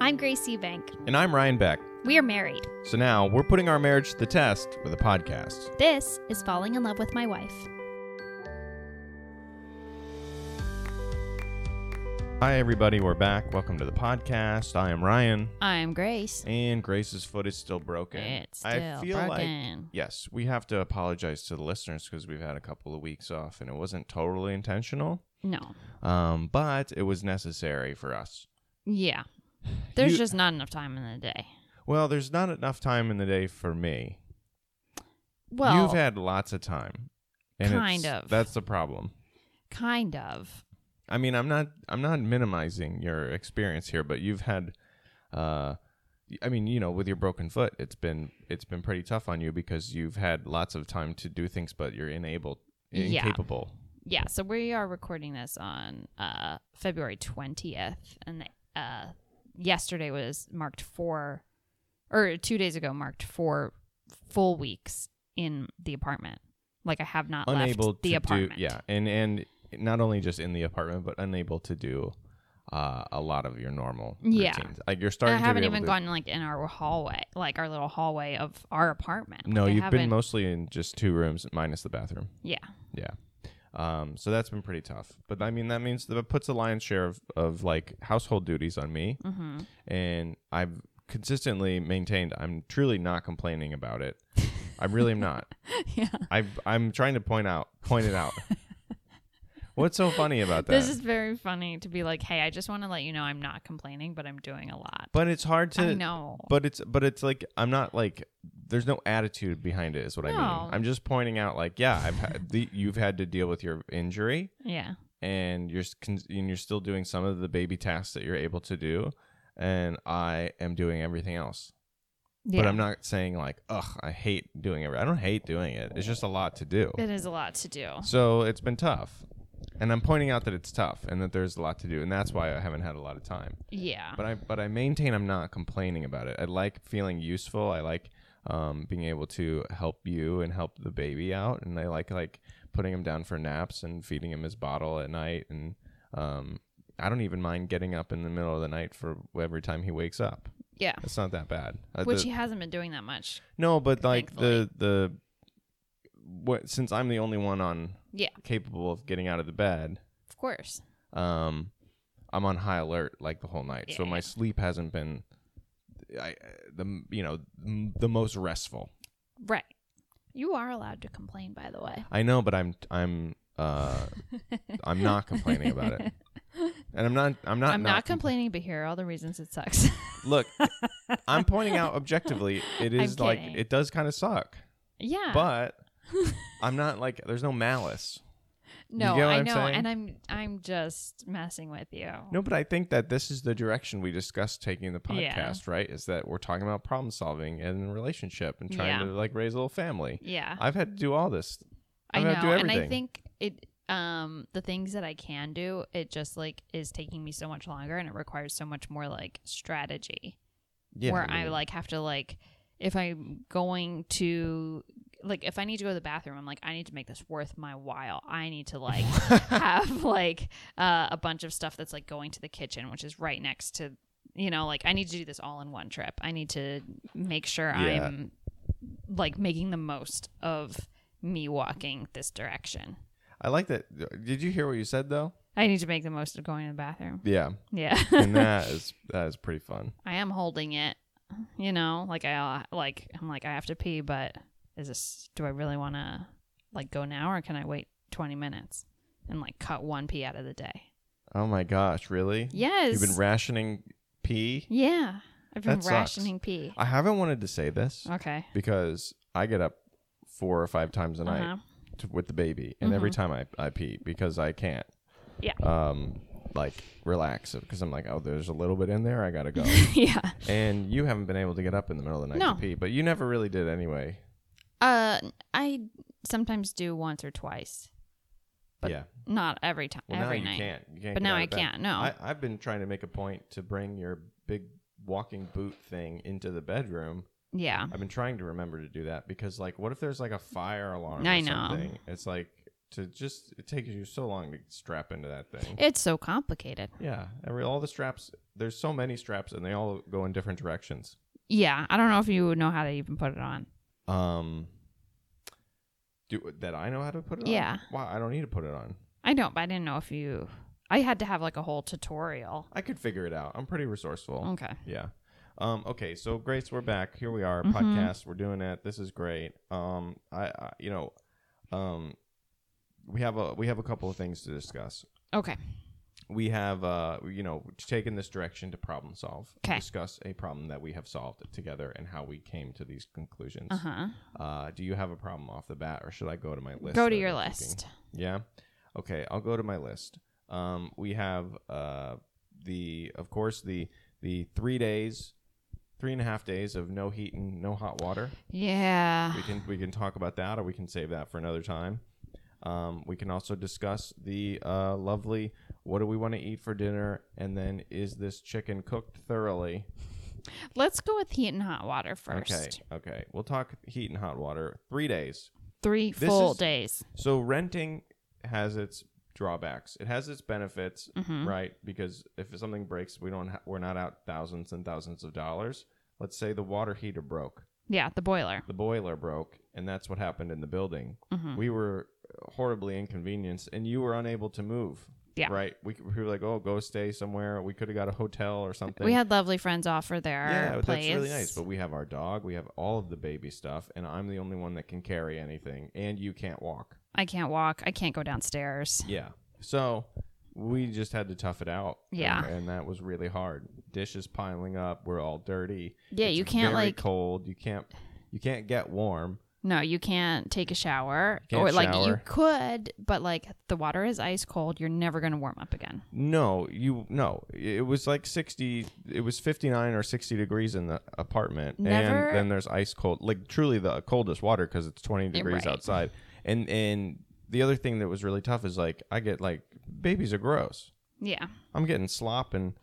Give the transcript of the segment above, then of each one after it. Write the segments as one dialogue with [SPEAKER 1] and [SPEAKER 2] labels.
[SPEAKER 1] I'm Grace Eubank.
[SPEAKER 2] And I'm Ryan Beck.
[SPEAKER 1] We are married.
[SPEAKER 2] So now we're putting our marriage to the test with a podcast.
[SPEAKER 1] This is Falling in Love with My Wife.
[SPEAKER 2] Hi, everybody. We're back. Welcome to the podcast. I am Ryan.
[SPEAKER 3] I'm Grace.
[SPEAKER 2] And Grace's foot is still broken.
[SPEAKER 3] It's
[SPEAKER 2] I
[SPEAKER 3] still
[SPEAKER 2] feel like,
[SPEAKER 3] broken.
[SPEAKER 2] yes, we have to apologize to the listeners because we've had a couple of weeks off and it wasn't totally intentional,
[SPEAKER 3] No.
[SPEAKER 2] um, but it was necessary for us.
[SPEAKER 3] Yeah. There's
[SPEAKER 2] You-
[SPEAKER 3] just not enough time in the day.
[SPEAKER 2] Well, there's not enough time in the day for me.
[SPEAKER 3] Well,
[SPEAKER 2] You've had lots of time. And it's-
[SPEAKER 3] Kind of.
[SPEAKER 2] That's the problem.
[SPEAKER 3] kind of.
[SPEAKER 2] I mean, I'm not I'm not minimizing your experience here, but you've had uh I mean, you know, with your broken foot, it's been it's been pretty tough on you because you've had lots of time to do things but you're unable
[SPEAKER 3] Yeah.
[SPEAKER 2] incapable.
[SPEAKER 3] Yeah. So we are recording this on uh, February 20th, and uh, yesterday was marked four, or two days ago marked four full weeks in the apartment. Like I have not
[SPEAKER 2] Unable
[SPEAKER 3] left the
[SPEAKER 2] to
[SPEAKER 3] apartment.
[SPEAKER 2] do yeah, and and not only just in the apartment but unable to do uh, a lot of your normal
[SPEAKER 3] Yeah.
[SPEAKER 2] routines. Like you're
[SPEAKER 3] I
[SPEAKER 2] starting to
[SPEAKER 3] haven't
[SPEAKER 2] be
[SPEAKER 3] even
[SPEAKER 2] able to-
[SPEAKER 3] gone like in our hallway, like our little hallway of our apartment.
[SPEAKER 2] No,
[SPEAKER 3] Like, I
[SPEAKER 2] you've been
[SPEAKER 3] haven't-
[SPEAKER 2] mostly in just two rooms minus the bathroom.
[SPEAKER 3] yeah.
[SPEAKER 2] Yeah. Um, so that's been pretty tough. But I mean, that means that it puts a lion's share of, of like household duties on me.
[SPEAKER 3] Mm-hmm.
[SPEAKER 2] And I've consistently maintained I'm truly not complaining about it. I really am not.
[SPEAKER 3] Yeah.
[SPEAKER 2] I've, I'm trying to point out, point it out. What's so funny about that?
[SPEAKER 3] This is very funny to be like, hey, I just want to let you know I'm not complaining, but I'm doing a lot.
[SPEAKER 2] but it's hard to
[SPEAKER 3] I know.
[SPEAKER 2] But it's but it's like I'm not like there's no attitude behind it is what I
[SPEAKER 3] No.
[SPEAKER 2] mean. I'm just pointing out like yeah, I've had the, you've had to deal with your injury.
[SPEAKER 3] yeah.
[SPEAKER 2] and you're s- con- and you're still doing some of the baby tasks that you're able to do and i am doing everything else
[SPEAKER 3] Yeah.
[SPEAKER 2] but i'm not saying like ugh i hate doing it i don't hate doing it it's just a lot to do
[SPEAKER 3] It is a lot to do.
[SPEAKER 2] so it's been tough and i'm pointing out that it's tough and that there's a lot to do and that's why i haven't had a lot of time
[SPEAKER 3] Yeah.
[SPEAKER 2] but i but i maintain i'm not complaining about it i like feeling useful i like um, being able to help you and help the baby out and i like like putting him down for naps and feeding him his bottle at night and um, i don't even mind getting up in the middle of the night for every time he wakes up
[SPEAKER 3] yeah.
[SPEAKER 2] it's not that bad Uh,
[SPEAKER 3] Which
[SPEAKER 2] the-
[SPEAKER 3] he hasn't been doing that much.
[SPEAKER 2] no but like the the what since i'm the only one on
[SPEAKER 3] Yeah.
[SPEAKER 2] capable of getting out of the bed
[SPEAKER 3] Of course.
[SPEAKER 2] um i'm on high alert like the whole night so
[SPEAKER 3] Yeah.
[SPEAKER 2] my sleep hasn't been i the you know the most restful
[SPEAKER 3] Right. You are allowed to complain, by the way.
[SPEAKER 2] i know but i'm i'm uh i'm not complaining about it and i'm not i'm not
[SPEAKER 3] I'm not,
[SPEAKER 2] compl-
[SPEAKER 3] complaining, but here are all the reasons it sucks.
[SPEAKER 2] look i'm pointing out objectively it
[SPEAKER 3] I'm
[SPEAKER 2] is like
[SPEAKER 3] kidding.
[SPEAKER 2] it does kind of suck
[SPEAKER 3] yeah.
[SPEAKER 2] but i'm not like there's no malice
[SPEAKER 3] no,
[SPEAKER 2] get what
[SPEAKER 3] I
[SPEAKER 2] I'm
[SPEAKER 3] know,
[SPEAKER 2] saying?
[SPEAKER 3] and I'm I'm just messing with you.
[SPEAKER 2] No, but I think that this is the direction we discussed taking the
[SPEAKER 3] Yeah.
[SPEAKER 2] podcast, right? Is that we're talking about problem solving and relationship and trying
[SPEAKER 3] Yeah.
[SPEAKER 2] to like raise a little family.
[SPEAKER 3] Yeah.
[SPEAKER 2] I've had to do all this.
[SPEAKER 3] I
[SPEAKER 2] I've
[SPEAKER 3] know,
[SPEAKER 2] had to do
[SPEAKER 3] and I
[SPEAKER 2] everything.
[SPEAKER 3] think it um the things that I can do, it just like is taking me so much longer and it requires so much more like strategy
[SPEAKER 2] Yeah,
[SPEAKER 3] where
[SPEAKER 2] I
[SPEAKER 3] I
[SPEAKER 2] mean,
[SPEAKER 3] like have to like if I'm going to like if I need to go to the bathroom, I'm like I need to make this worth my while. I need to like have like uh, a bunch of stuff that's like going to the kitchen, which is right next to you know like I need to do this all in one trip. I need to make sure
[SPEAKER 2] Yeah.
[SPEAKER 3] I'm like making the most of me walking this direction.
[SPEAKER 2] I like that. Did you hear what you said though?
[SPEAKER 3] I need to make the most of going to the bathroom.
[SPEAKER 2] Yeah,
[SPEAKER 3] Yeah.
[SPEAKER 2] and that is that is pretty fun.
[SPEAKER 3] I am holding it, you know, like I uh, like I'm like I have to pee, but is this do I really want to like go now or can I wait 20 minutes and like cut one pee out of the day?
[SPEAKER 2] Oh my gosh, really?
[SPEAKER 3] Yes.
[SPEAKER 2] You've been rationing pee.
[SPEAKER 3] yeah. I've been
[SPEAKER 2] That sucks.
[SPEAKER 3] rationing pee.
[SPEAKER 2] I haven't wanted to say this
[SPEAKER 3] Okay.
[SPEAKER 2] because I get up four or five times a night
[SPEAKER 3] Uh-huh. Mm-hmm.
[SPEAKER 2] to, with the baby, and every time I, I pee because I can't.
[SPEAKER 3] Yeah.
[SPEAKER 2] um like relax it because I'm like, oh, there's a little bit in there. I gotta go.
[SPEAKER 3] yeah.
[SPEAKER 2] and you haven't been able to get up in the middle of the night
[SPEAKER 3] No.
[SPEAKER 2] to pee, but you never really did anyway.
[SPEAKER 3] Uh I sometimes do once or twice, But-
[SPEAKER 2] yeah.
[SPEAKER 3] not every time
[SPEAKER 2] Well,
[SPEAKER 3] every
[SPEAKER 2] now
[SPEAKER 3] night.
[SPEAKER 2] you can't. You can't.
[SPEAKER 3] But
[SPEAKER 2] get
[SPEAKER 3] now
[SPEAKER 2] out
[SPEAKER 3] I
[SPEAKER 2] of bed.
[SPEAKER 3] can't, no.
[SPEAKER 2] I, I've been trying to make a point to bring your big walking boot thing into the bedroom.
[SPEAKER 3] Yeah.
[SPEAKER 2] I've been trying to remember to do that because, like, what if there's like a fire alarm?
[SPEAKER 3] I
[SPEAKER 2] or
[SPEAKER 3] know.
[SPEAKER 2] Something? It's like to just it takes you so long to strap into that thing.
[SPEAKER 3] It's so complicated.
[SPEAKER 2] Yeah, every all the straps. There's so many straps, and they all go in different directions.
[SPEAKER 3] Yeah, I don't know if you would know how to even put it on.
[SPEAKER 2] Um, do that I know how to put it.
[SPEAKER 3] Yeah.
[SPEAKER 2] on? Wow, I don't need to put it on.
[SPEAKER 3] I don't, but I didn't know if you. I had to have like a whole tutorial.
[SPEAKER 2] I could figure it out. I'm pretty resourceful.
[SPEAKER 3] Okay.
[SPEAKER 2] Yeah. Um, okay, so Grace, we're back. Here we are,
[SPEAKER 3] Mhm.
[SPEAKER 2] podcast. We're doing it. This is great. Um, I, I, you know, um, we have a we have a couple of things to discuss.
[SPEAKER 3] Okay.
[SPEAKER 2] We have, uh, you know, taken this direction to problem solve.
[SPEAKER 3] 'Kay.
[SPEAKER 2] Discuss a problem that we have solved together and how we came to these conclusions.
[SPEAKER 3] Uh huh.
[SPEAKER 2] Uh, do you have a problem off the bat, or should I go to my list?
[SPEAKER 3] Go
[SPEAKER 2] that
[SPEAKER 3] to
[SPEAKER 2] I've
[SPEAKER 3] your
[SPEAKER 2] been keeping?
[SPEAKER 3] list.
[SPEAKER 2] Yeah. Okay, I'll go to my list. Um, we have uh, the, of course, the the three days, three and a half days of no heat and no hot water.
[SPEAKER 3] Yeah.
[SPEAKER 2] We can we can talk about that, or we can save that for another time. Um, we can also discuss the uh, lovely what do we want to eat for dinner, and then is this chicken cooked thoroughly?
[SPEAKER 3] Let's go with heat and hot water first.
[SPEAKER 2] Okay, okay. We'll talk heat and hot water. Three days.
[SPEAKER 3] Three
[SPEAKER 2] This
[SPEAKER 3] full
[SPEAKER 2] is-
[SPEAKER 3] days.
[SPEAKER 2] So renting has its drawbacks. It has its benefits,
[SPEAKER 3] Mm-hmm.
[SPEAKER 2] right? Because if something breaks, we don't ha- we're not out thousands and thousands of dollars. Let's say the water heater broke,
[SPEAKER 3] Yeah, the boiler. Mm-hmm.
[SPEAKER 2] the boiler broke, and that's what happened in the building. We were horribly inconvenienced, and you were unable to move.
[SPEAKER 3] Yeah.
[SPEAKER 2] Right. We, c- we were like, oh, go stay somewhere. We could have got a hotel or something.
[SPEAKER 3] We had lovely friends offer their
[SPEAKER 2] yeah,
[SPEAKER 3] place.
[SPEAKER 2] that's really nice. But we have our dog. We have all of the baby stuff, and I'm the only one that can carry anything, and you can't walk.
[SPEAKER 3] I can't walk. I can't go downstairs.
[SPEAKER 2] Yeah. So we just had to tough it out.
[SPEAKER 3] Yeah.
[SPEAKER 2] And, and that was really hard. Dishes piling up. We're all dirty.
[SPEAKER 3] Yeah,
[SPEAKER 2] It's
[SPEAKER 3] you can't,
[SPEAKER 2] very
[SPEAKER 3] like-
[SPEAKER 2] cold. You can't. You can't get warm.
[SPEAKER 3] No, you can't take a shower.
[SPEAKER 2] can't
[SPEAKER 3] or like you
[SPEAKER 2] shower.
[SPEAKER 3] could, but like the water is ice cold. You're never gonna warm up again.
[SPEAKER 2] No, you no. It was like sixty. It was fifty nine or sixty degrees in the apartment,
[SPEAKER 3] Never-
[SPEAKER 2] and then there's ice cold. Like truly the coldest water because it's twenty
[SPEAKER 3] right.
[SPEAKER 2] degrees outside. And and the other thing that was really tough is like I get like babies are gross.
[SPEAKER 3] Yeah.
[SPEAKER 2] I'm getting slop and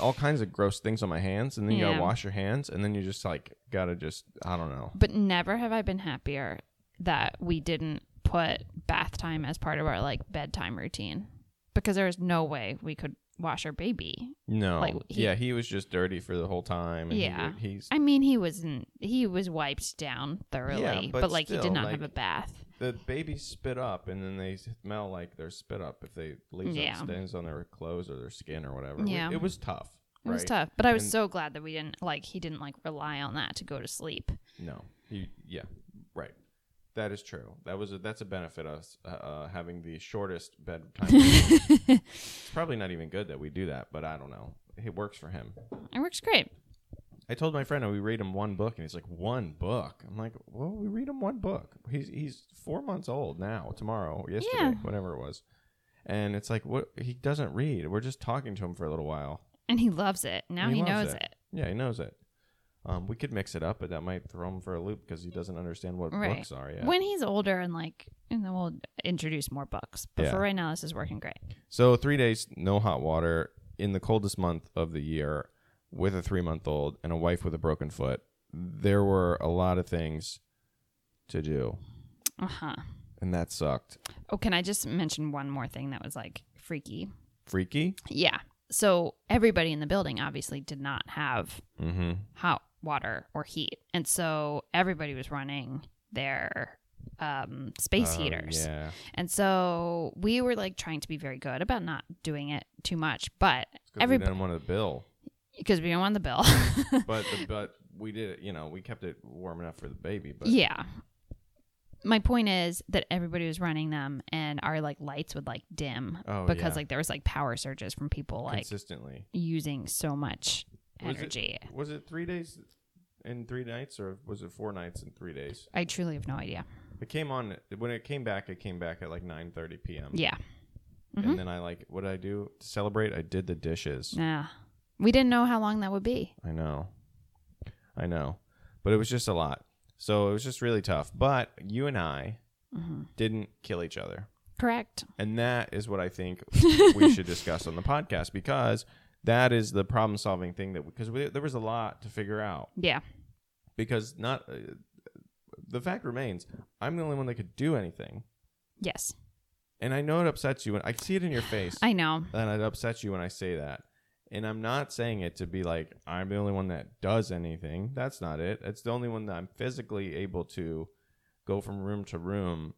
[SPEAKER 2] all kinds of gross things on my hands, and then you
[SPEAKER 3] Yeah.
[SPEAKER 2] gotta wash your hands, and then you just like gotta just I don't know.
[SPEAKER 3] But never have I been happier that we didn't put bath time as part of our like bedtime routine. Because there is no way we could wash our baby.
[SPEAKER 2] No,
[SPEAKER 3] Like, he-
[SPEAKER 2] yeah, he was just dirty for the whole time. And he
[SPEAKER 3] Yeah.
[SPEAKER 2] would- he's
[SPEAKER 3] I mean he wasn't he was wiped down thoroughly,
[SPEAKER 2] but
[SPEAKER 3] but, like he
[SPEAKER 2] still,
[SPEAKER 3] did not
[SPEAKER 2] like-
[SPEAKER 3] have a bath.
[SPEAKER 2] the babies spit up, and then they smell like their spit up if they leaves
[SPEAKER 3] Yeah.
[SPEAKER 2] on stains on their clothes or their skin or whatever. We-
[SPEAKER 3] Yeah.
[SPEAKER 2] it was tough.
[SPEAKER 3] It was
[SPEAKER 2] right?
[SPEAKER 3] tough. But I was
[SPEAKER 2] And-
[SPEAKER 3] so glad that we didn't like he didn't like rely on that to go to sleep.
[SPEAKER 2] No, he yeah, right. That is true. That was a, that's a benefit of us uh, uh, having the shortest bedtime. it's probably not even good that we do that, but I don't know. It works for him.
[SPEAKER 3] It works great.
[SPEAKER 2] I told my friend, oh, we read him one book, and he's like, one book. I'm like, well, we read him one book. He's he's four months old now. Tomorrow, yesterday,
[SPEAKER 3] Yeah.
[SPEAKER 2] whatever it was, and it's like, what he doesn't read. We're just talking to him for a little while.
[SPEAKER 3] And he loves it. Now he,
[SPEAKER 2] loves
[SPEAKER 3] knows it.
[SPEAKER 2] Yeah, he knows it. Um, we could mix it up, but that might throw him for a loop because he doesn't understand what
[SPEAKER 3] Right.
[SPEAKER 2] books are yet.
[SPEAKER 3] When he's older and like, and then we'll introduce more books. But
[SPEAKER 2] Yeah.
[SPEAKER 3] for right now, this is working great.
[SPEAKER 2] so three days, no hot water in the coldest month of the year, with a three-month-old and a wife with a broken foot. There were a lot of things to do,
[SPEAKER 3] Uh huh.
[SPEAKER 2] and that sucked.
[SPEAKER 3] Oh, can I just mention one more thing that was like freaky?
[SPEAKER 2] freaky.
[SPEAKER 3] Yeah. So everybody in the building obviously did not have
[SPEAKER 2] Mm-hmm.
[SPEAKER 3] hot water or heat, and so everybody was running their um, space heaters.
[SPEAKER 2] Oh, Yeah,
[SPEAKER 3] And so we were like trying to be very good about not doing it too much, but
[SPEAKER 2] every
[SPEAKER 3] everybody
[SPEAKER 2] didn't want the bill,
[SPEAKER 3] because we don't want the bill.
[SPEAKER 2] but the, but we did it. You know, we kept it warm enough for the baby. But
[SPEAKER 3] Yeah. My point is that everybody was running them and our like lights would like dim
[SPEAKER 2] Oh,
[SPEAKER 3] because
[SPEAKER 2] yeah.
[SPEAKER 3] like there was like power surges from people like
[SPEAKER 2] consistently,
[SPEAKER 3] using so much
[SPEAKER 2] Was it-
[SPEAKER 3] energy.
[SPEAKER 2] was it three days and three nights, or was it four nights and three days?
[SPEAKER 3] I truly have no idea.
[SPEAKER 2] It came on when it came back. It came back at like nine thirty p.m.
[SPEAKER 3] Yeah. mm-hmm.
[SPEAKER 2] and then I like what did I do to celebrate? I did the dishes.
[SPEAKER 3] Nah. We didn't know how long that would be.
[SPEAKER 2] I know. I know. But it was just a lot. So it was just really tough. But you and I didn't kill each other.
[SPEAKER 3] Correct.
[SPEAKER 2] And that is what I think we should discuss on the podcast because that is the problem solving thing that because we, there was a lot to figure out
[SPEAKER 3] Yeah.
[SPEAKER 2] because not uh, the fact remains I'm the only one that could do anything.
[SPEAKER 3] Yes.
[SPEAKER 2] And I know it upsets you, and I can see it in your face.
[SPEAKER 3] I know.
[SPEAKER 2] and it upsets you when I say that. And I'm not saying it to be like I'm the only one that does anything. That's not it. It's the only one that I'm physically able to go from room to room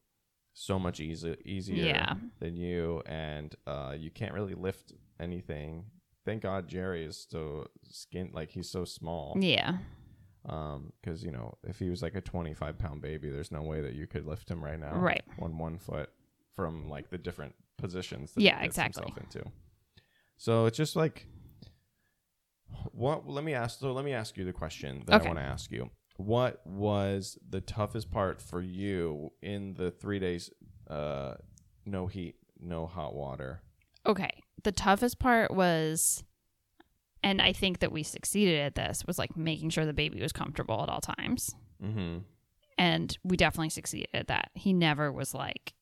[SPEAKER 2] so much easy, easier
[SPEAKER 3] Yeah.
[SPEAKER 2] than you, and uh, you can't really lift anything. Thank God Jerry is so skin like he's so small.
[SPEAKER 3] Yeah.
[SPEAKER 2] Um, because you know if he was like a 25 pound baby, there's no way that you could lift him right now,
[SPEAKER 3] Right.
[SPEAKER 2] On one foot from like the different positions that
[SPEAKER 3] Yeah,
[SPEAKER 2] he gets
[SPEAKER 3] exactly.
[SPEAKER 2] himself into. So it's just like what? Let me ask. So let me ask you the question that I
[SPEAKER 3] Okay.
[SPEAKER 2] want to ask you. What was the toughest part for you in the three days? Uh, no heat, no hot water.
[SPEAKER 3] Okay. The toughest part was, and I think that we succeeded at this, was like making sure the baby was comfortable at all times.
[SPEAKER 2] Mm-hmm.
[SPEAKER 3] And we definitely succeeded at that. He never was like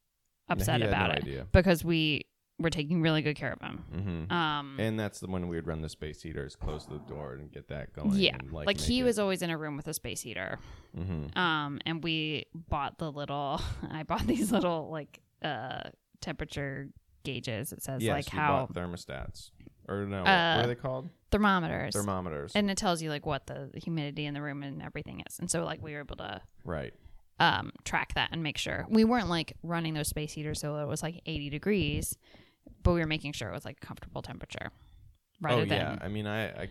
[SPEAKER 3] upset
[SPEAKER 2] he had
[SPEAKER 3] about
[SPEAKER 2] no
[SPEAKER 3] it
[SPEAKER 2] idea.
[SPEAKER 3] because we were taking really good care of him.
[SPEAKER 2] Mm-hmm.
[SPEAKER 3] Um,
[SPEAKER 2] and that's the one we would run the space heaters, close the door, and get that going.
[SPEAKER 3] yeah.
[SPEAKER 2] and,
[SPEAKER 3] Like,
[SPEAKER 2] make
[SPEAKER 3] he
[SPEAKER 2] it-
[SPEAKER 3] was always in a room with a space heater.
[SPEAKER 2] Mhm.
[SPEAKER 3] Um, and we bought the little, I bought these little like uh, temperature gauges. It says
[SPEAKER 2] Yes,
[SPEAKER 3] like
[SPEAKER 2] we
[SPEAKER 3] how
[SPEAKER 2] bought thermostats or no? what,
[SPEAKER 3] Uh,
[SPEAKER 2] what are they called?
[SPEAKER 3] thermometers.
[SPEAKER 2] Thermometers.
[SPEAKER 3] and it tells you like what the humidity in the room and everything is and so like we were able to
[SPEAKER 2] right.
[SPEAKER 3] um track that and make sure we weren't like running those space heaters so it was like 80 degrees but we were making sure it was like a comfortable temperature rather
[SPEAKER 2] oh
[SPEAKER 3] than
[SPEAKER 2] yeah. I mean, I, I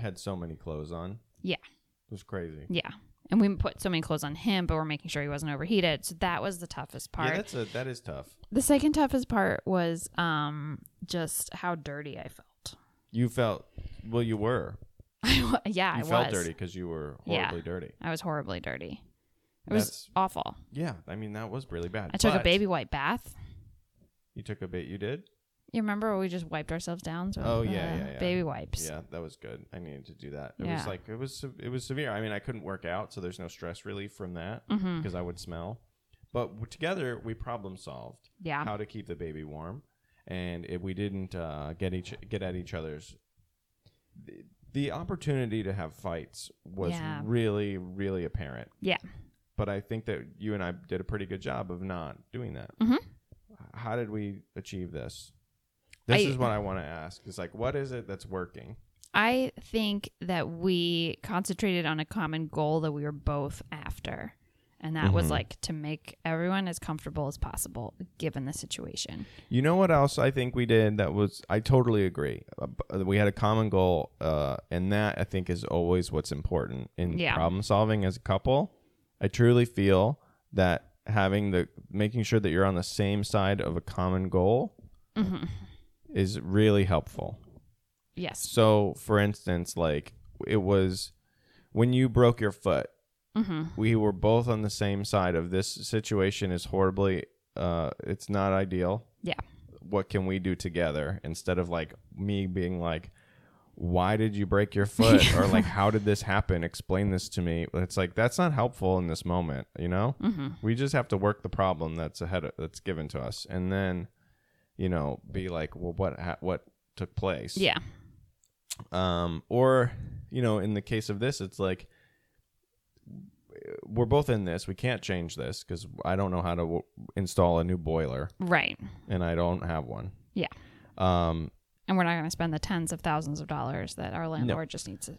[SPEAKER 2] had so many clothes on.
[SPEAKER 3] Yeah.
[SPEAKER 2] It was crazy.
[SPEAKER 3] yeah and we put so many clothes on him but we're making sure he wasn't overheated so that was the toughest part
[SPEAKER 2] Yeah, that's a that is tough.
[SPEAKER 3] the second toughest part was um just how dirty i felt
[SPEAKER 2] You felt well. You were.
[SPEAKER 3] I, wa- yeah
[SPEAKER 2] You
[SPEAKER 3] i
[SPEAKER 2] felt
[SPEAKER 3] was
[SPEAKER 2] dirty because you were
[SPEAKER 3] Yeah.
[SPEAKER 2] horribly dirty.
[SPEAKER 3] i was horribly dirty it
[SPEAKER 2] That's-
[SPEAKER 3] was awful
[SPEAKER 2] Yeah. I mean, that was really bad.
[SPEAKER 3] i took a
[SPEAKER 2] But
[SPEAKER 3] baby white bath
[SPEAKER 2] You took a baby. You did.
[SPEAKER 3] You remember we just wiped ourselves down? So uh,
[SPEAKER 2] Oh, yeah, yeah, yeah.
[SPEAKER 3] Baby wipes.
[SPEAKER 2] Yeah, that was good. I needed to do that. It was
[SPEAKER 3] Yeah.
[SPEAKER 2] like it was se- it was severe. I mean, I couldn't work out, so there's no stress relief from that because
[SPEAKER 3] Mhm.
[SPEAKER 2] I would smell. But w- together we problem solved.
[SPEAKER 3] Yeah.
[SPEAKER 2] how to keep the baby warm, and if we didn't uh, get each get at each other's, the, the opportunity to have fights was
[SPEAKER 3] Yeah.
[SPEAKER 2] really really apparent.
[SPEAKER 3] Yeah.
[SPEAKER 2] But I think that you and I did a pretty good job of not doing that.
[SPEAKER 3] Mhm.
[SPEAKER 2] How did we achieve this? This
[SPEAKER 3] I-
[SPEAKER 2] is what I want to ask. It's like, what is it that's working?
[SPEAKER 3] I think that we concentrated on a common goal that we were both after. And that was
[SPEAKER 2] Mhm.
[SPEAKER 3] like to make everyone as comfortable as possible given the situation.
[SPEAKER 2] You know what else I think we did that was I totally agree. Uh, b- We had a common goal, uh, and that I think is always what's important in
[SPEAKER 3] Yeah.
[SPEAKER 2] problem solving as a couple. I truly feel that having the making sure that you're on the same side of a common goal
[SPEAKER 3] Mm-hmm.
[SPEAKER 2] is really helpful.
[SPEAKER 3] Yes.
[SPEAKER 2] So, for instance, like it was when you broke your foot,
[SPEAKER 3] hmm
[SPEAKER 2] we were both on the same side of this situation is horribly uh it's not ideal
[SPEAKER 3] Yeah.
[SPEAKER 2] what can we do together instead of like me being like why did you break your foot or like how did this happen explain this to me it's like that's not helpful in this moment you know
[SPEAKER 3] hmm
[SPEAKER 2] we just have to work the problem that's ahead of, that's given to us and then you know be like well what ha- what took place
[SPEAKER 3] Yeah.
[SPEAKER 2] um, or you know in the case of this it's like we're both in this we can't change this because i don't know how to w- install a new boiler
[SPEAKER 3] Right.
[SPEAKER 2] and i don't have one
[SPEAKER 3] Yeah.
[SPEAKER 2] um,
[SPEAKER 3] And we're not going to spend the tens of thousands of dollars that our landlord just needs to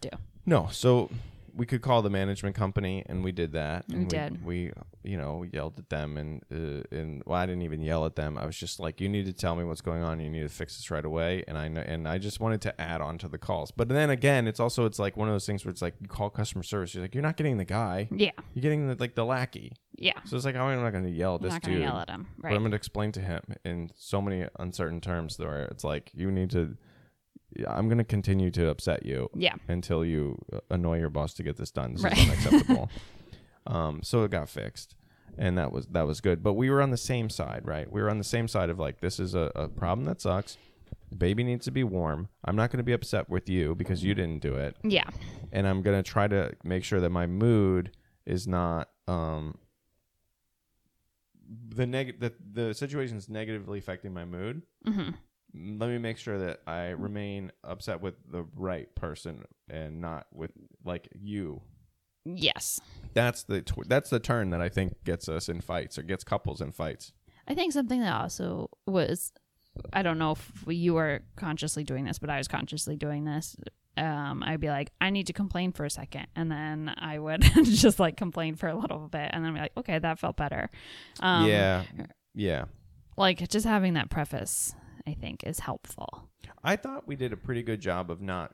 [SPEAKER 3] do.
[SPEAKER 2] no so we could call the management company and we did that and
[SPEAKER 3] We did.
[SPEAKER 2] we you know we yelled at them and uh, and well i didn't even yell at them i was just like you need to tell me what's going on you need to fix this right away and i know and i just wanted to add on to the calls but then again it's also it's like one of those things where it's like you call customer service you're like you're not getting the guy
[SPEAKER 3] Yeah.
[SPEAKER 2] You're getting the, like the lackey.
[SPEAKER 3] Yeah.
[SPEAKER 2] So it's like "Oh, I'm not going to yell
[SPEAKER 3] I'm
[SPEAKER 2] at this
[SPEAKER 3] not going
[SPEAKER 2] dude.
[SPEAKER 3] to yell at him.
[SPEAKER 2] But
[SPEAKER 3] Right.
[SPEAKER 2] I'm going to explain to him in so many uncertain terms that are- it's like you need to. I'm going to continue to upset you
[SPEAKER 3] yeah.
[SPEAKER 2] until you uh, annoy your boss to get this done. This is
[SPEAKER 3] Right.
[SPEAKER 2] unacceptable. um, so it got fixed, and that was that was good. But we were on the same side, right? We were on the same side of like this is a, a problem that sucks. The baby needs to be warm. I'm not going to be upset with you because you didn't do it
[SPEAKER 3] Yeah.
[SPEAKER 2] and I'm gonna try to make sure that my mood is not um the neg the the situation is negatively affecting my mood.
[SPEAKER 3] hmm
[SPEAKER 2] Let me make sure that I remain upset with the right person and not with like you
[SPEAKER 3] Yes.
[SPEAKER 2] That's the tw- that's the turn that I think gets us in fights or gets couples in fights.
[SPEAKER 3] I think something that also was, I don't know if you were consciously doing this, but I was consciously doing this. Um, I'd be like, I need to complain for a second, and then I would just like complain for a little bit, and then be like, okay, that felt better. Um,
[SPEAKER 2] yeah, yeah.
[SPEAKER 3] like just having that preface, I think, is helpful.
[SPEAKER 2] I thought we did a pretty good job of not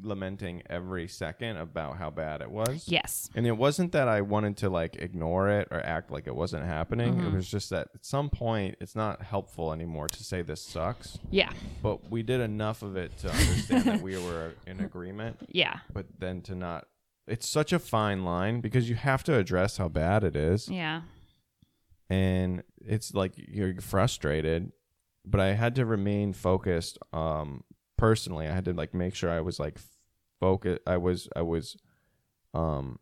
[SPEAKER 2] lamenting every second about how bad it was.
[SPEAKER 3] Yes,
[SPEAKER 2] And it wasn't that I wanted to like ignore it or act like it wasn't happening. It was just that at some point it's not helpful anymore to say this sucks.
[SPEAKER 3] yeah,
[SPEAKER 2] But we did enough of it to understand that we were in agreement,
[SPEAKER 3] yeah,
[SPEAKER 2] but then to not. It's such a fine line because you have to address how bad it is.
[SPEAKER 3] yeah,
[SPEAKER 2] And it's like you're frustrated, but I had to remain focused. Um, personally, I had to like make sure I was like focus. I was, I was, um,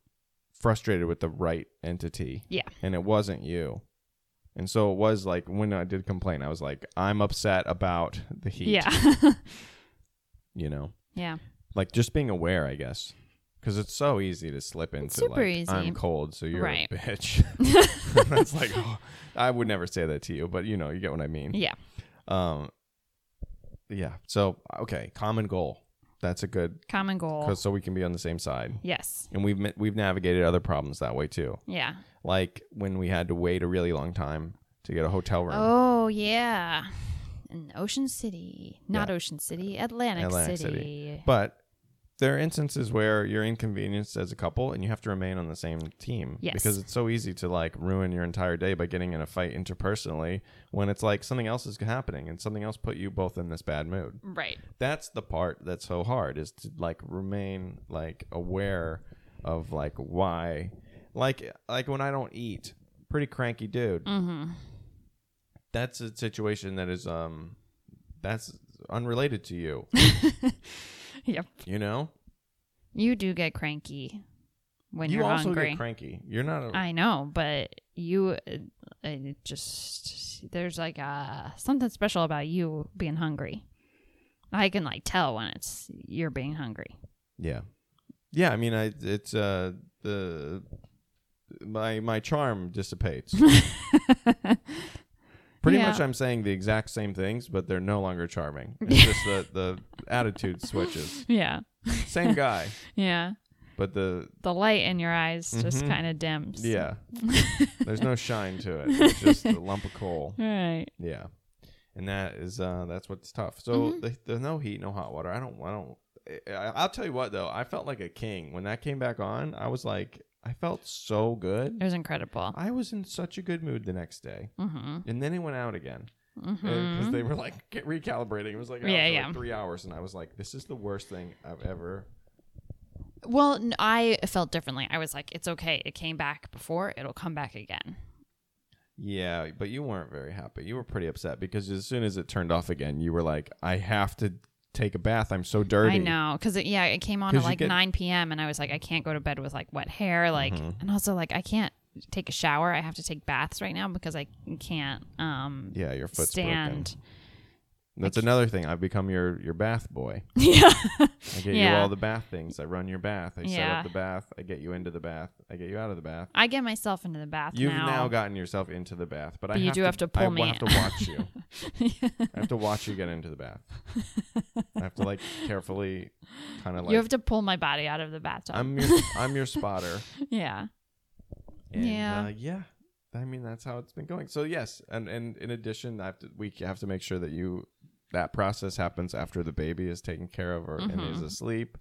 [SPEAKER 2] frustrated with the right entity
[SPEAKER 3] yeah,
[SPEAKER 2] and it wasn't you. And so it was like when I did complain, I was like, I'm upset about the heat.
[SPEAKER 3] yeah,
[SPEAKER 2] You know,
[SPEAKER 3] yeah,
[SPEAKER 2] like just being aware, I guess. Because it's so easy to slip into
[SPEAKER 3] super
[SPEAKER 2] like,
[SPEAKER 3] easy.
[SPEAKER 2] I'm cold, so you're
[SPEAKER 3] Right.
[SPEAKER 2] a bitch. That's like, oh, I would never say that to you, but you know, you get what I mean.
[SPEAKER 3] yeah.
[SPEAKER 2] Um, yeah. So, okay, common goal. That's a good,
[SPEAKER 3] Common goal.
[SPEAKER 2] cause so we can be on the same side.
[SPEAKER 3] Yes.
[SPEAKER 2] And we've, mi- we've navigated other problems that way too.
[SPEAKER 3] Yeah.
[SPEAKER 2] Like when we had to wait a really long time to get a hotel room.
[SPEAKER 3] Oh yeah, in Ocean City, not Ocean City, Atlantic,
[SPEAKER 2] Atlantic City. But there are instances where you're inconvenienced as a couple and you have to remain on the same team.
[SPEAKER 3] Yes.
[SPEAKER 2] Because it's so easy to like ruin your entire day by getting in a fight interpersonally when it's like something else is happening and something else put you both in this bad mood.
[SPEAKER 3] Right.
[SPEAKER 2] That's the part that's so hard is to like remain like aware of like why like like when I don't eat, pretty cranky dude.
[SPEAKER 3] Mm-hmm.
[SPEAKER 2] That's a situation that is um that's unrelated to you,
[SPEAKER 3] Yep.
[SPEAKER 2] you know?
[SPEAKER 3] You do get cranky when
[SPEAKER 2] you
[SPEAKER 3] are
[SPEAKER 2] also
[SPEAKER 3] hungry.
[SPEAKER 2] get cranky. You're not a,
[SPEAKER 3] I know, but you uh, it just there's like uh something special about you being hungry. I can like tell when it's you're being hungry.
[SPEAKER 2] Yeah. Yeah, I mean I it's uh the my my charm dissipates. Pretty
[SPEAKER 3] Yeah.
[SPEAKER 2] much I'm saying the exact same things, but they're no longer charming. It's just the the attitude switches.
[SPEAKER 3] Yeah.
[SPEAKER 2] Same guy,
[SPEAKER 3] Yeah.
[SPEAKER 2] but the
[SPEAKER 3] The light in your eyes just
[SPEAKER 2] Mhm.
[SPEAKER 3] kind of dims.
[SPEAKER 2] yeah. There's no shine to it. It's just a lump of coal.
[SPEAKER 3] All right.
[SPEAKER 2] Yeah, and that is uh, that's what's tough. So
[SPEAKER 3] Mm-hmm.
[SPEAKER 2] the, the no heat, no hot water. I don't. I don't. I- I, I'll tell you what though. I felt like a king when that came back on. I was like, I felt so good.
[SPEAKER 3] It was incredible.
[SPEAKER 2] I was in such a good mood the next day,
[SPEAKER 3] Mm-hmm.
[SPEAKER 2] and then it went out again because
[SPEAKER 3] Mm-hmm.
[SPEAKER 2] they were like get recalibrating. It was like out
[SPEAKER 3] Yeah,
[SPEAKER 2] for,
[SPEAKER 3] yeah.
[SPEAKER 2] like, three hours, and I was like, this is the worst thing I've ever.
[SPEAKER 3] Well, n- I felt differently. I was like, it's okay. It came back before. It'll come back again.
[SPEAKER 2] Yeah, but you weren't very happy. You were pretty upset because as soon as it turned off again, you were like, I have to take a bath. I'm so dirty.
[SPEAKER 3] I know, because yeah, it came on
[SPEAKER 2] 'Cause
[SPEAKER 3] at
[SPEAKER 2] you
[SPEAKER 3] like
[SPEAKER 2] get-
[SPEAKER 3] 9 p.m. and I was like, I can't go to bed with like wet hair, like,
[SPEAKER 2] Mm-hmm.
[SPEAKER 3] and also like I can't take a shower. I have to take baths right now because I can't um
[SPEAKER 2] Yeah, your foot's broken.
[SPEAKER 3] stand.
[SPEAKER 2] That's another thing. I've become your your bath boy.
[SPEAKER 3] yeah,
[SPEAKER 2] I get you
[SPEAKER 3] Yeah.
[SPEAKER 2] all the bath things. I run your bath. I set
[SPEAKER 3] Yeah.
[SPEAKER 2] up the bath. I get you into the bath. I get you out of the bath.
[SPEAKER 3] I get myself into the bath
[SPEAKER 2] You've
[SPEAKER 3] now.
[SPEAKER 2] now, gotten yourself into the bath, but, I
[SPEAKER 3] But you
[SPEAKER 2] have
[SPEAKER 3] do
[SPEAKER 2] to,
[SPEAKER 3] have to pull
[SPEAKER 2] I
[SPEAKER 3] me
[SPEAKER 2] have to
[SPEAKER 3] in.
[SPEAKER 2] watch you. I have to watch you get into the bath. I have to like carefully, kind of like
[SPEAKER 3] you have to pull my body out of the bathtub.
[SPEAKER 2] I'm your I'm your spotter.
[SPEAKER 3] yeah,
[SPEAKER 2] And,
[SPEAKER 3] Yeah.
[SPEAKER 2] uh, yeah. I mean, that's how it's been going. So yes, and and in addition, I have to, we have to make sure that you that process happens after the baby is taken care of or and is
[SPEAKER 3] Mhm.
[SPEAKER 2] asleep.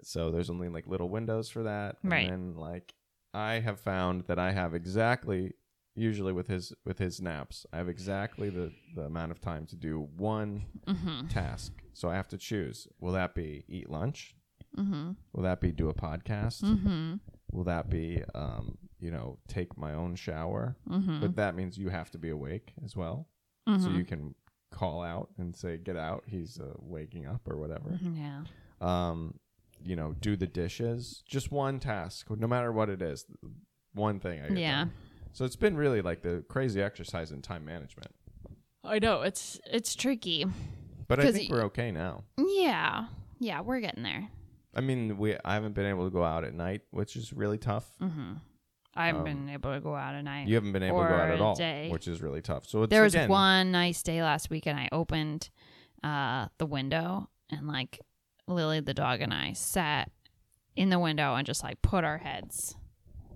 [SPEAKER 2] So there's only like little windows for that.
[SPEAKER 3] Right.
[SPEAKER 2] And then, like I have found that I have exactly usually with his with his naps, I have exactly the the amount of time to do one
[SPEAKER 3] mm-hmm.
[SPEAKER 2] task. So I have to choose. Will that be eat lunch?
[SPEAKER 3] Mm-hmm.
[SPEAKER 2] Will that be do a podcast?
[SPEAKER 3] Mm-hmm.
[SPEAKER 2] will that be um, you know take my own shower
[SPEAKER 3] Mm-hmm.
[SPEAKER 2] but that means you have to be awake as well so you can call out and say get out he's uh, waking up or whatever
[SPEAKER 3] Mm-hmm. yeah,
[SPEAKER 2] um, you know do the dishes just one task no matter what it is one thing I get
[SPEAKER 3] Yeah.
[SPEAKER 2] done. so it's been really like the crazy exercise in time management
[SPEAKER 3] I know it's it's tricky.
[SPEAKER 2] but i
[SPEAKER 3] 'Cause
[SPEAKER 2] think
[SPEAKER 3] y-
[SPEAKER 2] we're okay now
[SPEAKER 3] Yeah, yeah, we're getting there.
[SPEAKER 2] I mean, we I haven't been able to go out at night, which is really tough.
[SPEAKER 3] Mm-hmm. I haven't
[SPEAKER 2] Um,
[SPEAKER 3] been able to go out at night.
[SPEAKER 2] You haven't been able to go
[SPEAKER 3] Or
[SPEAKER 2] out at
[SPEAKER 3] a
[SPEAKER 2] all,
[SPEAKER 3] day.
[SPEAKER 2] which is really tough. So it's
[SPEAKER 3] there was
[SPEAKER 2] again,
[SPEAKER 3] one nice day last week, and I opened uh, the window, and like Lily, the dog, and I sat in the window and just like put our heads,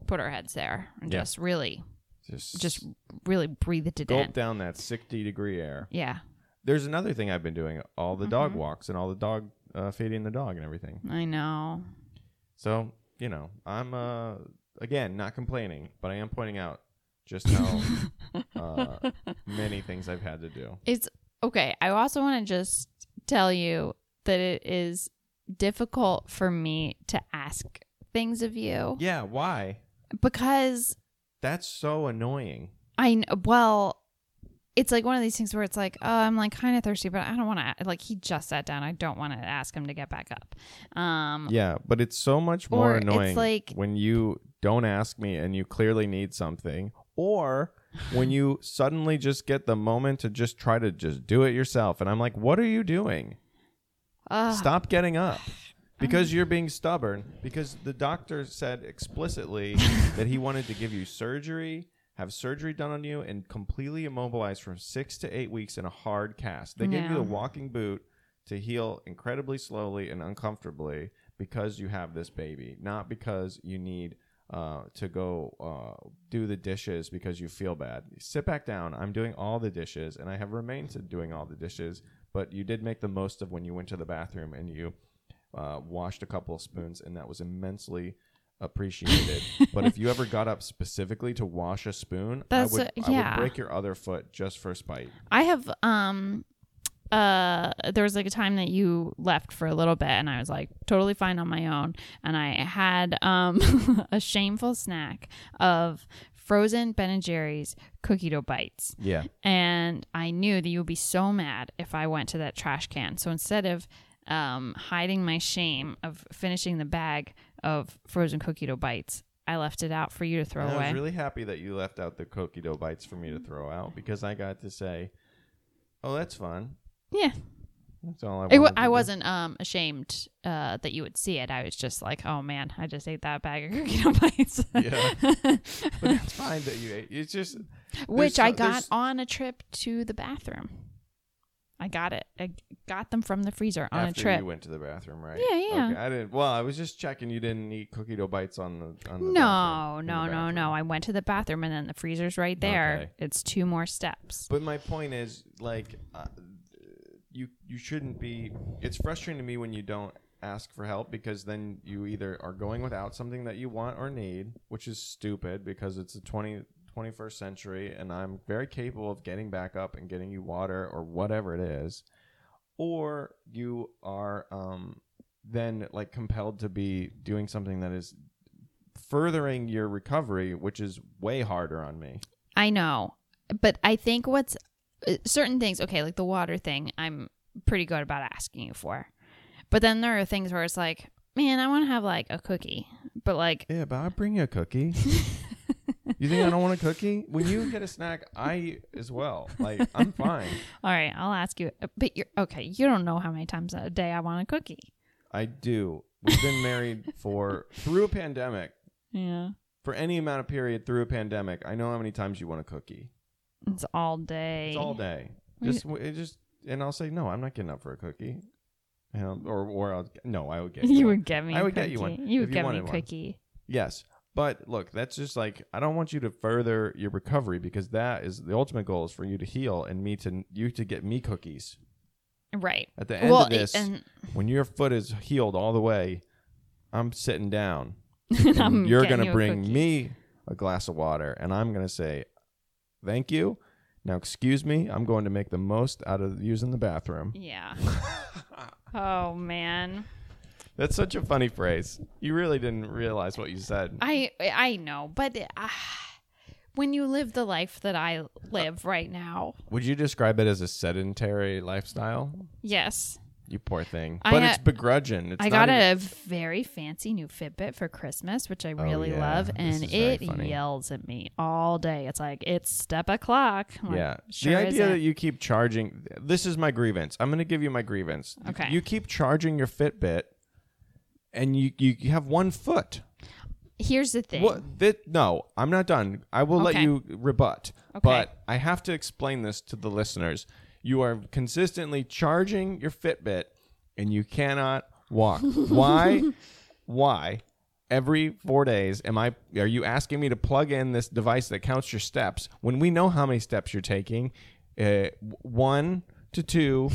[SPEAKER 3] put our heads there, and
[SPEAKER 2] Yeah.
[SPEAKER 3] just really,
[SPEAKER 2] just
[SPEAKER 3] just really breathed it
[SPEAKER 2] gulp
[SPEAKER 3] in.
[SPEAKER 2] down that sixty degree air.
[SPEAKER 3] Yeah,
[SPEAKER 2] There's another thing I've been doing: all the dog
[SPEAKER 3] Mhm.
[SPEAKER 2] walks and all the dog uh, feeding the dog and everything.
[SPEAKER 3] I know.
[SPEAKER 2] So you know, I'm uh, again not complaining, but I am pointing out just how uh, many things I've had to do.
[SPEAKER 3] It's okay. I also want to just tell you that it is difficult for me to ask things of you
[SPEAKER 2] Yeah, why?
[SPEAKER 3] because
[SPEAKER 2] That's so annoying.
[SPEAKER 3] I kn- well, it's like one of these things where it's like, oh, I'm like kind of thirsty, but I don't want to. Like he just sat down. I don't want to ask him to get back up. Um,
[SPEAKER 2] Yeah, but it's so much more
[SPEAKER 3] Or it's
[SPEAKER 2] annoying
[SPEAKER 3] like-
[SPEAKER 2] when you don't ask me and you clearly need something, or when you suddenly just get the moment to just try to just do it yourself. And I'm like, what are you doing?
[SPEAKER 3] ugh, Um.
[SPEAKER 2] Stop getting up. Because you're being stubborn. Because the doctor said explicitly that he wanted to give you surgery, have surgery done on you, and completely immobilize for six to eight weeks in a hard cast. They gave you
[SPEAKER 3] Yeah.
[SPEAKER 2] the walking boot to heal incredibly slowly and uncomfortably because you have this baby, not because you need uh, to go uh, do the dishes because you feel bad. Sit back down. I'm doing all the dishes, and I have remained to doing all the dishes. But you did make the most of when you went to the bathroom and you uh, washed a couple of spoons, and that was immensely appreciated. but if you ever got up specifically to wash a spoon,
[SPEAKER 3] That's
[SPEAKER 2] I, would,
[SPEAKER 3] a-
[SPEAKER 2] I
[SPEAKER 3] yeah.
[SPEAKER 2] would break your other foot just for spite.
[SPEAKER 3] I have um uh there was like a time that you left for a little bit and I was like totally fine on my own and I had um a shameful snack of frozen Ben and Jerry's cookie dough bites
[SPEAKER 2] Yeah.
[SPEAKER 3] and I knew that you would be so mad if I went to that trash can so instead of um hiding my shame of finishing the bag of frozen cookie dough bites I left it out for you to throw
[SPEAKER 2] And I
[SPEAKER 3] away
[SPEAKER 2] was really happy that you left out the cookie dough bites for me to throw out because I got to say, "Oh, that's fun."
[SPEAKER 3] yeah
[SPEAKER 2] That's all I.
[SPEAKER 3] It wa
[SPEAKER 2] wanted to
[SPEAKER 3] I
[SPEAKER 2] do.
[SPEAKER 3] wasn't um, ashamed uh, that you would see it. I was just like, oh man, I just ate that bag of cookie dough bites.
[SPEAKER 2] Yeah. But it's fine that you ate. It's just
[SPEAKER 3] Which
[SPEAKER 2] so-
[SPEAKER 3] I got
[SPEAKER 2] there's-
[SPEAKER 3] on a trip to the bathroom. I got it. I got them from the freezer on
[SPEAKER 2] after
[SPEAKER 3] a trip.
[SPEAKER 2] you went to the bathroom, right?
[SPEAKER 3] Yeah, yeah.
[SPEAKER 2] Okay, I didn't. Well, I was just checking. You didn't eat cookie dough bites on the on the.
[SPEAKER 3] No,
[SPEAKER 2] bathroom- in the
[SPEAKER 3] no, no,
[SPEAKER 2] bathroom.
[SPEAKER 3] no. I went to the bathroom and then the freezer's right there.
[SPEAKER 2] Okay.
[SPEAKER 3] It's two more steps.
[SPEAKER 2] But my point is, like, uh, you you shouldn't be. It's frustrating to me when you don't ask for help because then you either are going without something that you want or need, which is stupid because it's the 20, 21st century, and I'm very capable of getting back up and getting you water or whatever it is, or you are um, then like compelled to be doing something that is furthering your recovery, which is way harder on me.
[SPEAKER 3] I know, but I think what's uh, certain things. Okay, like the water thing, I'm pretty good about asking you for. But then there are things where it's like, man, I want to have like a cookie, but like,
[SPEAKER 2] Yeah, but I'll bring you a cookie. you think I don't want a cookie? When you get a snack, I eat as well. Like, I'm fine.
[SPEAKER 3] all right, I'll ask you. uh, But you're okay. You don't know how many times a day I want a cookie.
[SPEAKER 2] I do. We've been married for through a pandemic.
[SPEAKER 3] Yeah,
[SPEAKER 2] For any amount of period through a pandemic, I know how many times you want a cookie.
[SPEAKER 3] it's all day.
[SPEAKER 2] It's all day.
[SPEAKER 3] We-
[SPEAKER 2] Just, w- it just, and I'll say no. I'm not getting up for a cookie. And I'll- or, or I'll no. I would get
[SPEAKER 3] You
[SPEAKER 2] one.
[SPEAKER 3] would get me.
[SPEAKER 2] I
[SPEAKER 3] a
[SPEAKER 2] would get you
[SPEAKER 3] cookie.
[SPEAKER 2] one
[SPEAKER 3] You
[SPEAKER 2] if
[SPEAKER 3] would
[SPEAKER 2] you
[SPEAKER 3] get me a
[SPEAKER 2] wanted one.
[SPEAKER 3] cookie.
[SPEAKER 2] Yes. But look, that's just like I don't want you to further your recovery because that is the ultimate goal is for you to heal and me to you to get me cookies.
[SPEAKER 3] Right.
[SPEAKER 2] At the end
[SPEAKER 3] well,
[SPEAKER 2] of this,
[SPEAKER 3] and
[SPEAKER 2] when your foot is healed all the way, I'm sitting down.
[SPEAKER 3] and I'm
[SPEAKER 2] And you're
[SPEAKER 3] getting
[SPEAKER 2] gonna
[SPEAKER 3] you a
[SPEAKER 2] bring
[SPEAKER 3] cookie.
[SPEAKER 2] me a glass of water, and I'm gonna say, "Thank you." Now, excuse me. I'm going to make the most out of using the bathroom.
[SPEAKER 3] Yeah. oh man.
[SPEAKER 2] That's such a funny phrase. You really didn't realize what you said.
[SPEAKER 3] I I know, but uh, when you live the life that I
[SPEAKER 2] Uh,
[SPEAKER 3] live right now,
[SPEAKER 2] Would you describe it as a sedentary lifestyle?
[SPEAKER 3] yes,
[SPEAKER 2] You poor thing.
[SPEAKER 3] I
[SPEAKER 2] but
[SPEAKER 3] ha-
[SPEAKER 2] it's begrudging. It's
[SPEAKER 3] I got
[SPEAKER 2] not even- Oh,
[SPEAKER 3] a very fancy new Fitbit for Christmas, which I really
[SPEAKER 2] yeah.
[SPEAKER 3] love,
[SPEAKER 2] This
[SPEAKER 3] and
[SPEAKER 2] is very
[SPEAKER 3] it
[SPEAKER 2] funny.
[SPEAKER 3] yells at me all day. It's like it's step o'clock. I'm like,
[SPEAKER 2] Yeah.
[SPEAKER 3] sure
[SPEAKER 2] the idea
[SPEAKER 3] isn't.
[SPEAKER 2] that you keep charging this is my grievance. I'm going to give you my grievance. You-
[SPEAKER 3] Okay.
[SPEAKER 2] You keep charging your Fitbit and you you, you have one foot.
[SPEAKER 3] Here's the thing.
[SPEAKER 2] What? Thi- no, I'm not done. I will let
[SPEAKER 3] Okay.
[SPEAKER 2] you rebut,
[SPEAKER 3] Okay.
[SPEAKER 2] but I have to explain this to the listeners. You are consistently charging your Fitbit, and you cannot walk. Why? Why? Every four days, am I? Are you asking me to plug in this device that counts your steps when we know how many steps you're taking? Uh, one to two,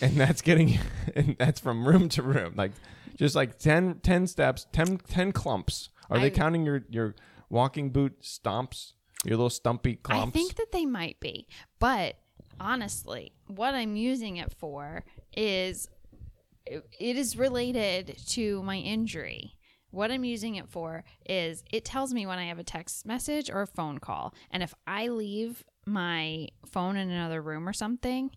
[SPEAKER 2] and that's getting and that's from room to room like just like 10, 10 steps 10, 10 clumps are they
[SPEAKER 3] I-
[SPEAKER 2] counting your your walking boot stomps your little stumpy
[SPEAKER 3] I
[SPEAKER 2] clumps
[SPEAKER 3] think that they might be. But honestly, what I'm using it for is it is related to my injury. What I'm using it for is it tells me when I have a text message or a phone call. And if I leave my phone in another room or something,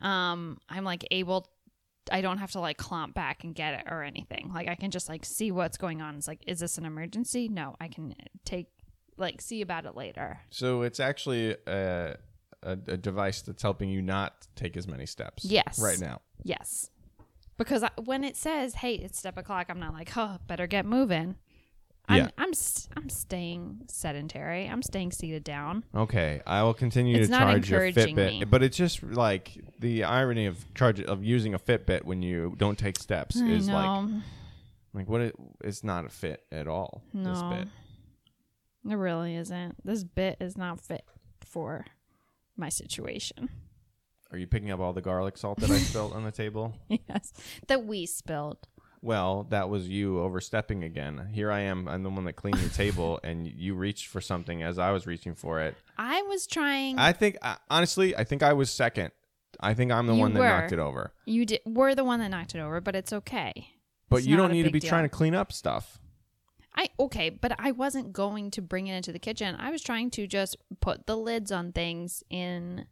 [SPEAKER 3] um, I'm like able I don't have to like clomp back and get it or anything. Like I can just like see what's going on. It's like, is this an emergency? No, I can take like see about it later.
[SPEAKER 2] so it's actually a, a, a device that's helping you not take as many steps
[SPEAKER 3] Yes.
[SPEAKER 2] right now
[SPEAKER 3] Yes. Because I, when it says, "Hey, it's step o'clock," I'm not like, "Oh, better get moving." I'm
[SPEAKER 2] Yeah.
[SPEAKER 3] I'm s- I'm staying sedentary. I'm staying seated down.
[SPEAKER 2] okay i will continue
[SPEAKER 3] It's
[SPEAKER 2] to
[SPEAKER 3] not
[SPEAKER 2] charge your
[SPEAKER 3] encouraging
[SPEAKER 2] fitbit
[SPEAKER 3] me.
[SPEAKER 2] but it's just like the irony of charge of using a fitbit when you don't take steps is like
[SPEAKER 3] no,
[SPEAKER 2] like what it, it's not a fit at all this
[SPEAKER 3] No.
[SPEAKER 2] bit
[SPEAKER 3] it really isn't. This bit is not fit for my situation.
[SPEAKER 2] Are you picking up all the garlic salt that I spilled on the table?
[SPEAKER 3] yes, that we spilled.
[SPEAKER 2] Well, that was you overstepping again. Here I am. I'm the one that cleaned the table, and you reached for something as I was reaching for it.
[SPEAKER 3] I was trying.
[SPEAKER 2] I think, I, honestly, I think I was second. I think I'm the
[SPEAKER 3] You
[SPEAKER 2] one that
[SPEAKER 3] were.
[SPEAKER 2] knocked it over.
[SPEAKER 3] you did. We're the one that knocked it over, but it's okay.
[SPEAKER 2] But
[SPEAKER 3] It's
[SPEAKER 2] you
[SPEAKER 3] not
[SPEAKER 2] don't
[SPEAKER 3] a
[SPEAKER 2] need to
[SPEAKER 3] big
[SPEAKER 2] be
[SPEAKER 3] deal.
[SPEAKER 2] trying to clean up stuff.
[SPEAKER 3] I okay, but I wasn't going to bring it into the kitchen. I was trying to just put the lids on things in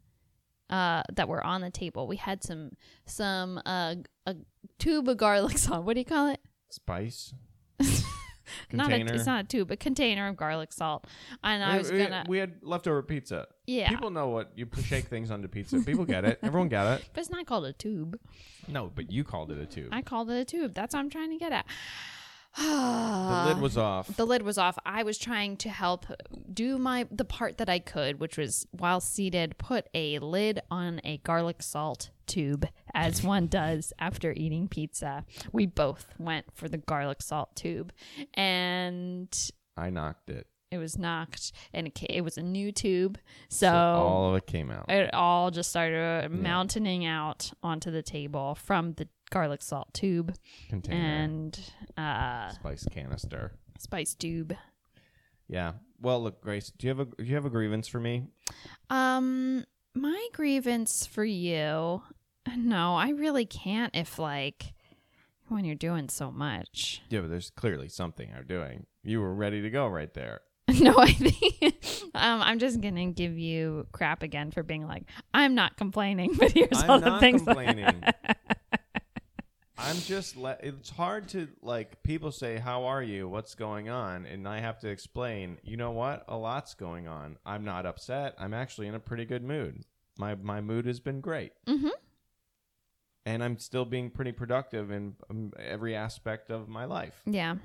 [SPEAKER 3] uh that were on the table. We had some some uh g- a tube of garlic salt. What do you call it?
[SPEAKER 2] Spice.
[SPEAKER 3] Not
[SPEAKER 2] Container.
[SPEAKER 3] a, it's not a tube, a container of garlic salt. And I
[SPEAKER 2] We-
[SPEAKER 3] was
[SPEAKER 2] we,
[SPEAKER 3] gonna
[SPEAKER 2] we had leftover pizza.
[SPEAKER 3] Yeah.
[SPEAKER 2] People know what you shake things onto pizza. People get it. Everyone got it.
[SPEAKER 3] but it's not called a tube.
[SPEAKER 2] No, but you called it a tube.
[SPEAKER 3] I called it a tube. That's what I'm trying to get at.
[SPEAKER 2] the lid was off.
[SPEAKER 3] the lid was off i was trying to help do my the part that i could which was while seated put a lid on a garlic salt tube as one does after eating pizza we both went for the garlic salt tube and
[SPEAKER 2] I knocked it.
[SPEAKER 3] it was knocked and it, ca- it was a new tube so,
[SPEAKER 2] So all of it came out.
[SPEAKER 3] it all just started mountaining out onto the table from the garlic salt tube
[SPEAKER 2] Container.
[SPEAKER 3] and uh
[SPEAKER 2] spice canister.
[SPEAKER 3] spice tube
[SPEAKER 2] Yeah. Well, look, Grace, do you have a do you have a grievance for me?
[SPEAKER 3] Um, my grievance for you. No, I really can't if like when you're doing so much.
[SPEAKER 2] Yeah, but there's clearly something I'm doing. You were ready to go right there.
[SPEAKER 3] no, I think um I'm just gonna give you crap again for being like, I'm not complaining, but here's all
[SPEAKER 2] I'm
[SPEAKER 3] the
[SPEAKER 2] not
[SPEAKER 3] things. that-"
[SPEAKER 2] complaining. I'm just le- it's hard to like people say how are you? What's going on? And I have to explain, you know what? A lot's going on. I'm not upset. I'm actually in a pretty good mood. My my mood has been great.
[SPEAKER 3] Mhm.
[SPEAKER 2] And I'm still being pretty productive in um, every aspect of my life.
[SPEAKER 3] yeah.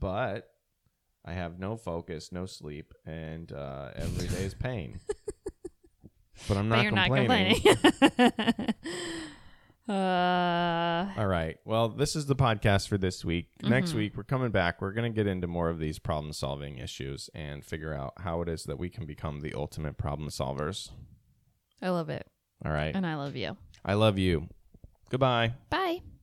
[SPEAKER 2] but I have no focus, no sleep, and uh, every day is pain. but I'm
[SPEAKER 3] but
[SPEAKER 2] not
[SPEAKER 3] you're
[SPEAKER 2] complaining.
[SPEAKER 3] not complaining. uh
[SPEAKER 2] All right. Well, this is the podcast for this week. Next week, we're coming back. We're going to get into more of these problem solving issues and figure out how it is that we can become the ultimate problem solvers.
[SPEAKER 3] I love it.
[SPEAKER 2] All right.
[SPEAKER 3] Um, And I love you.
[SPEAKER 2] I love you. Goodbye.
[SPEAKER 3] Bye.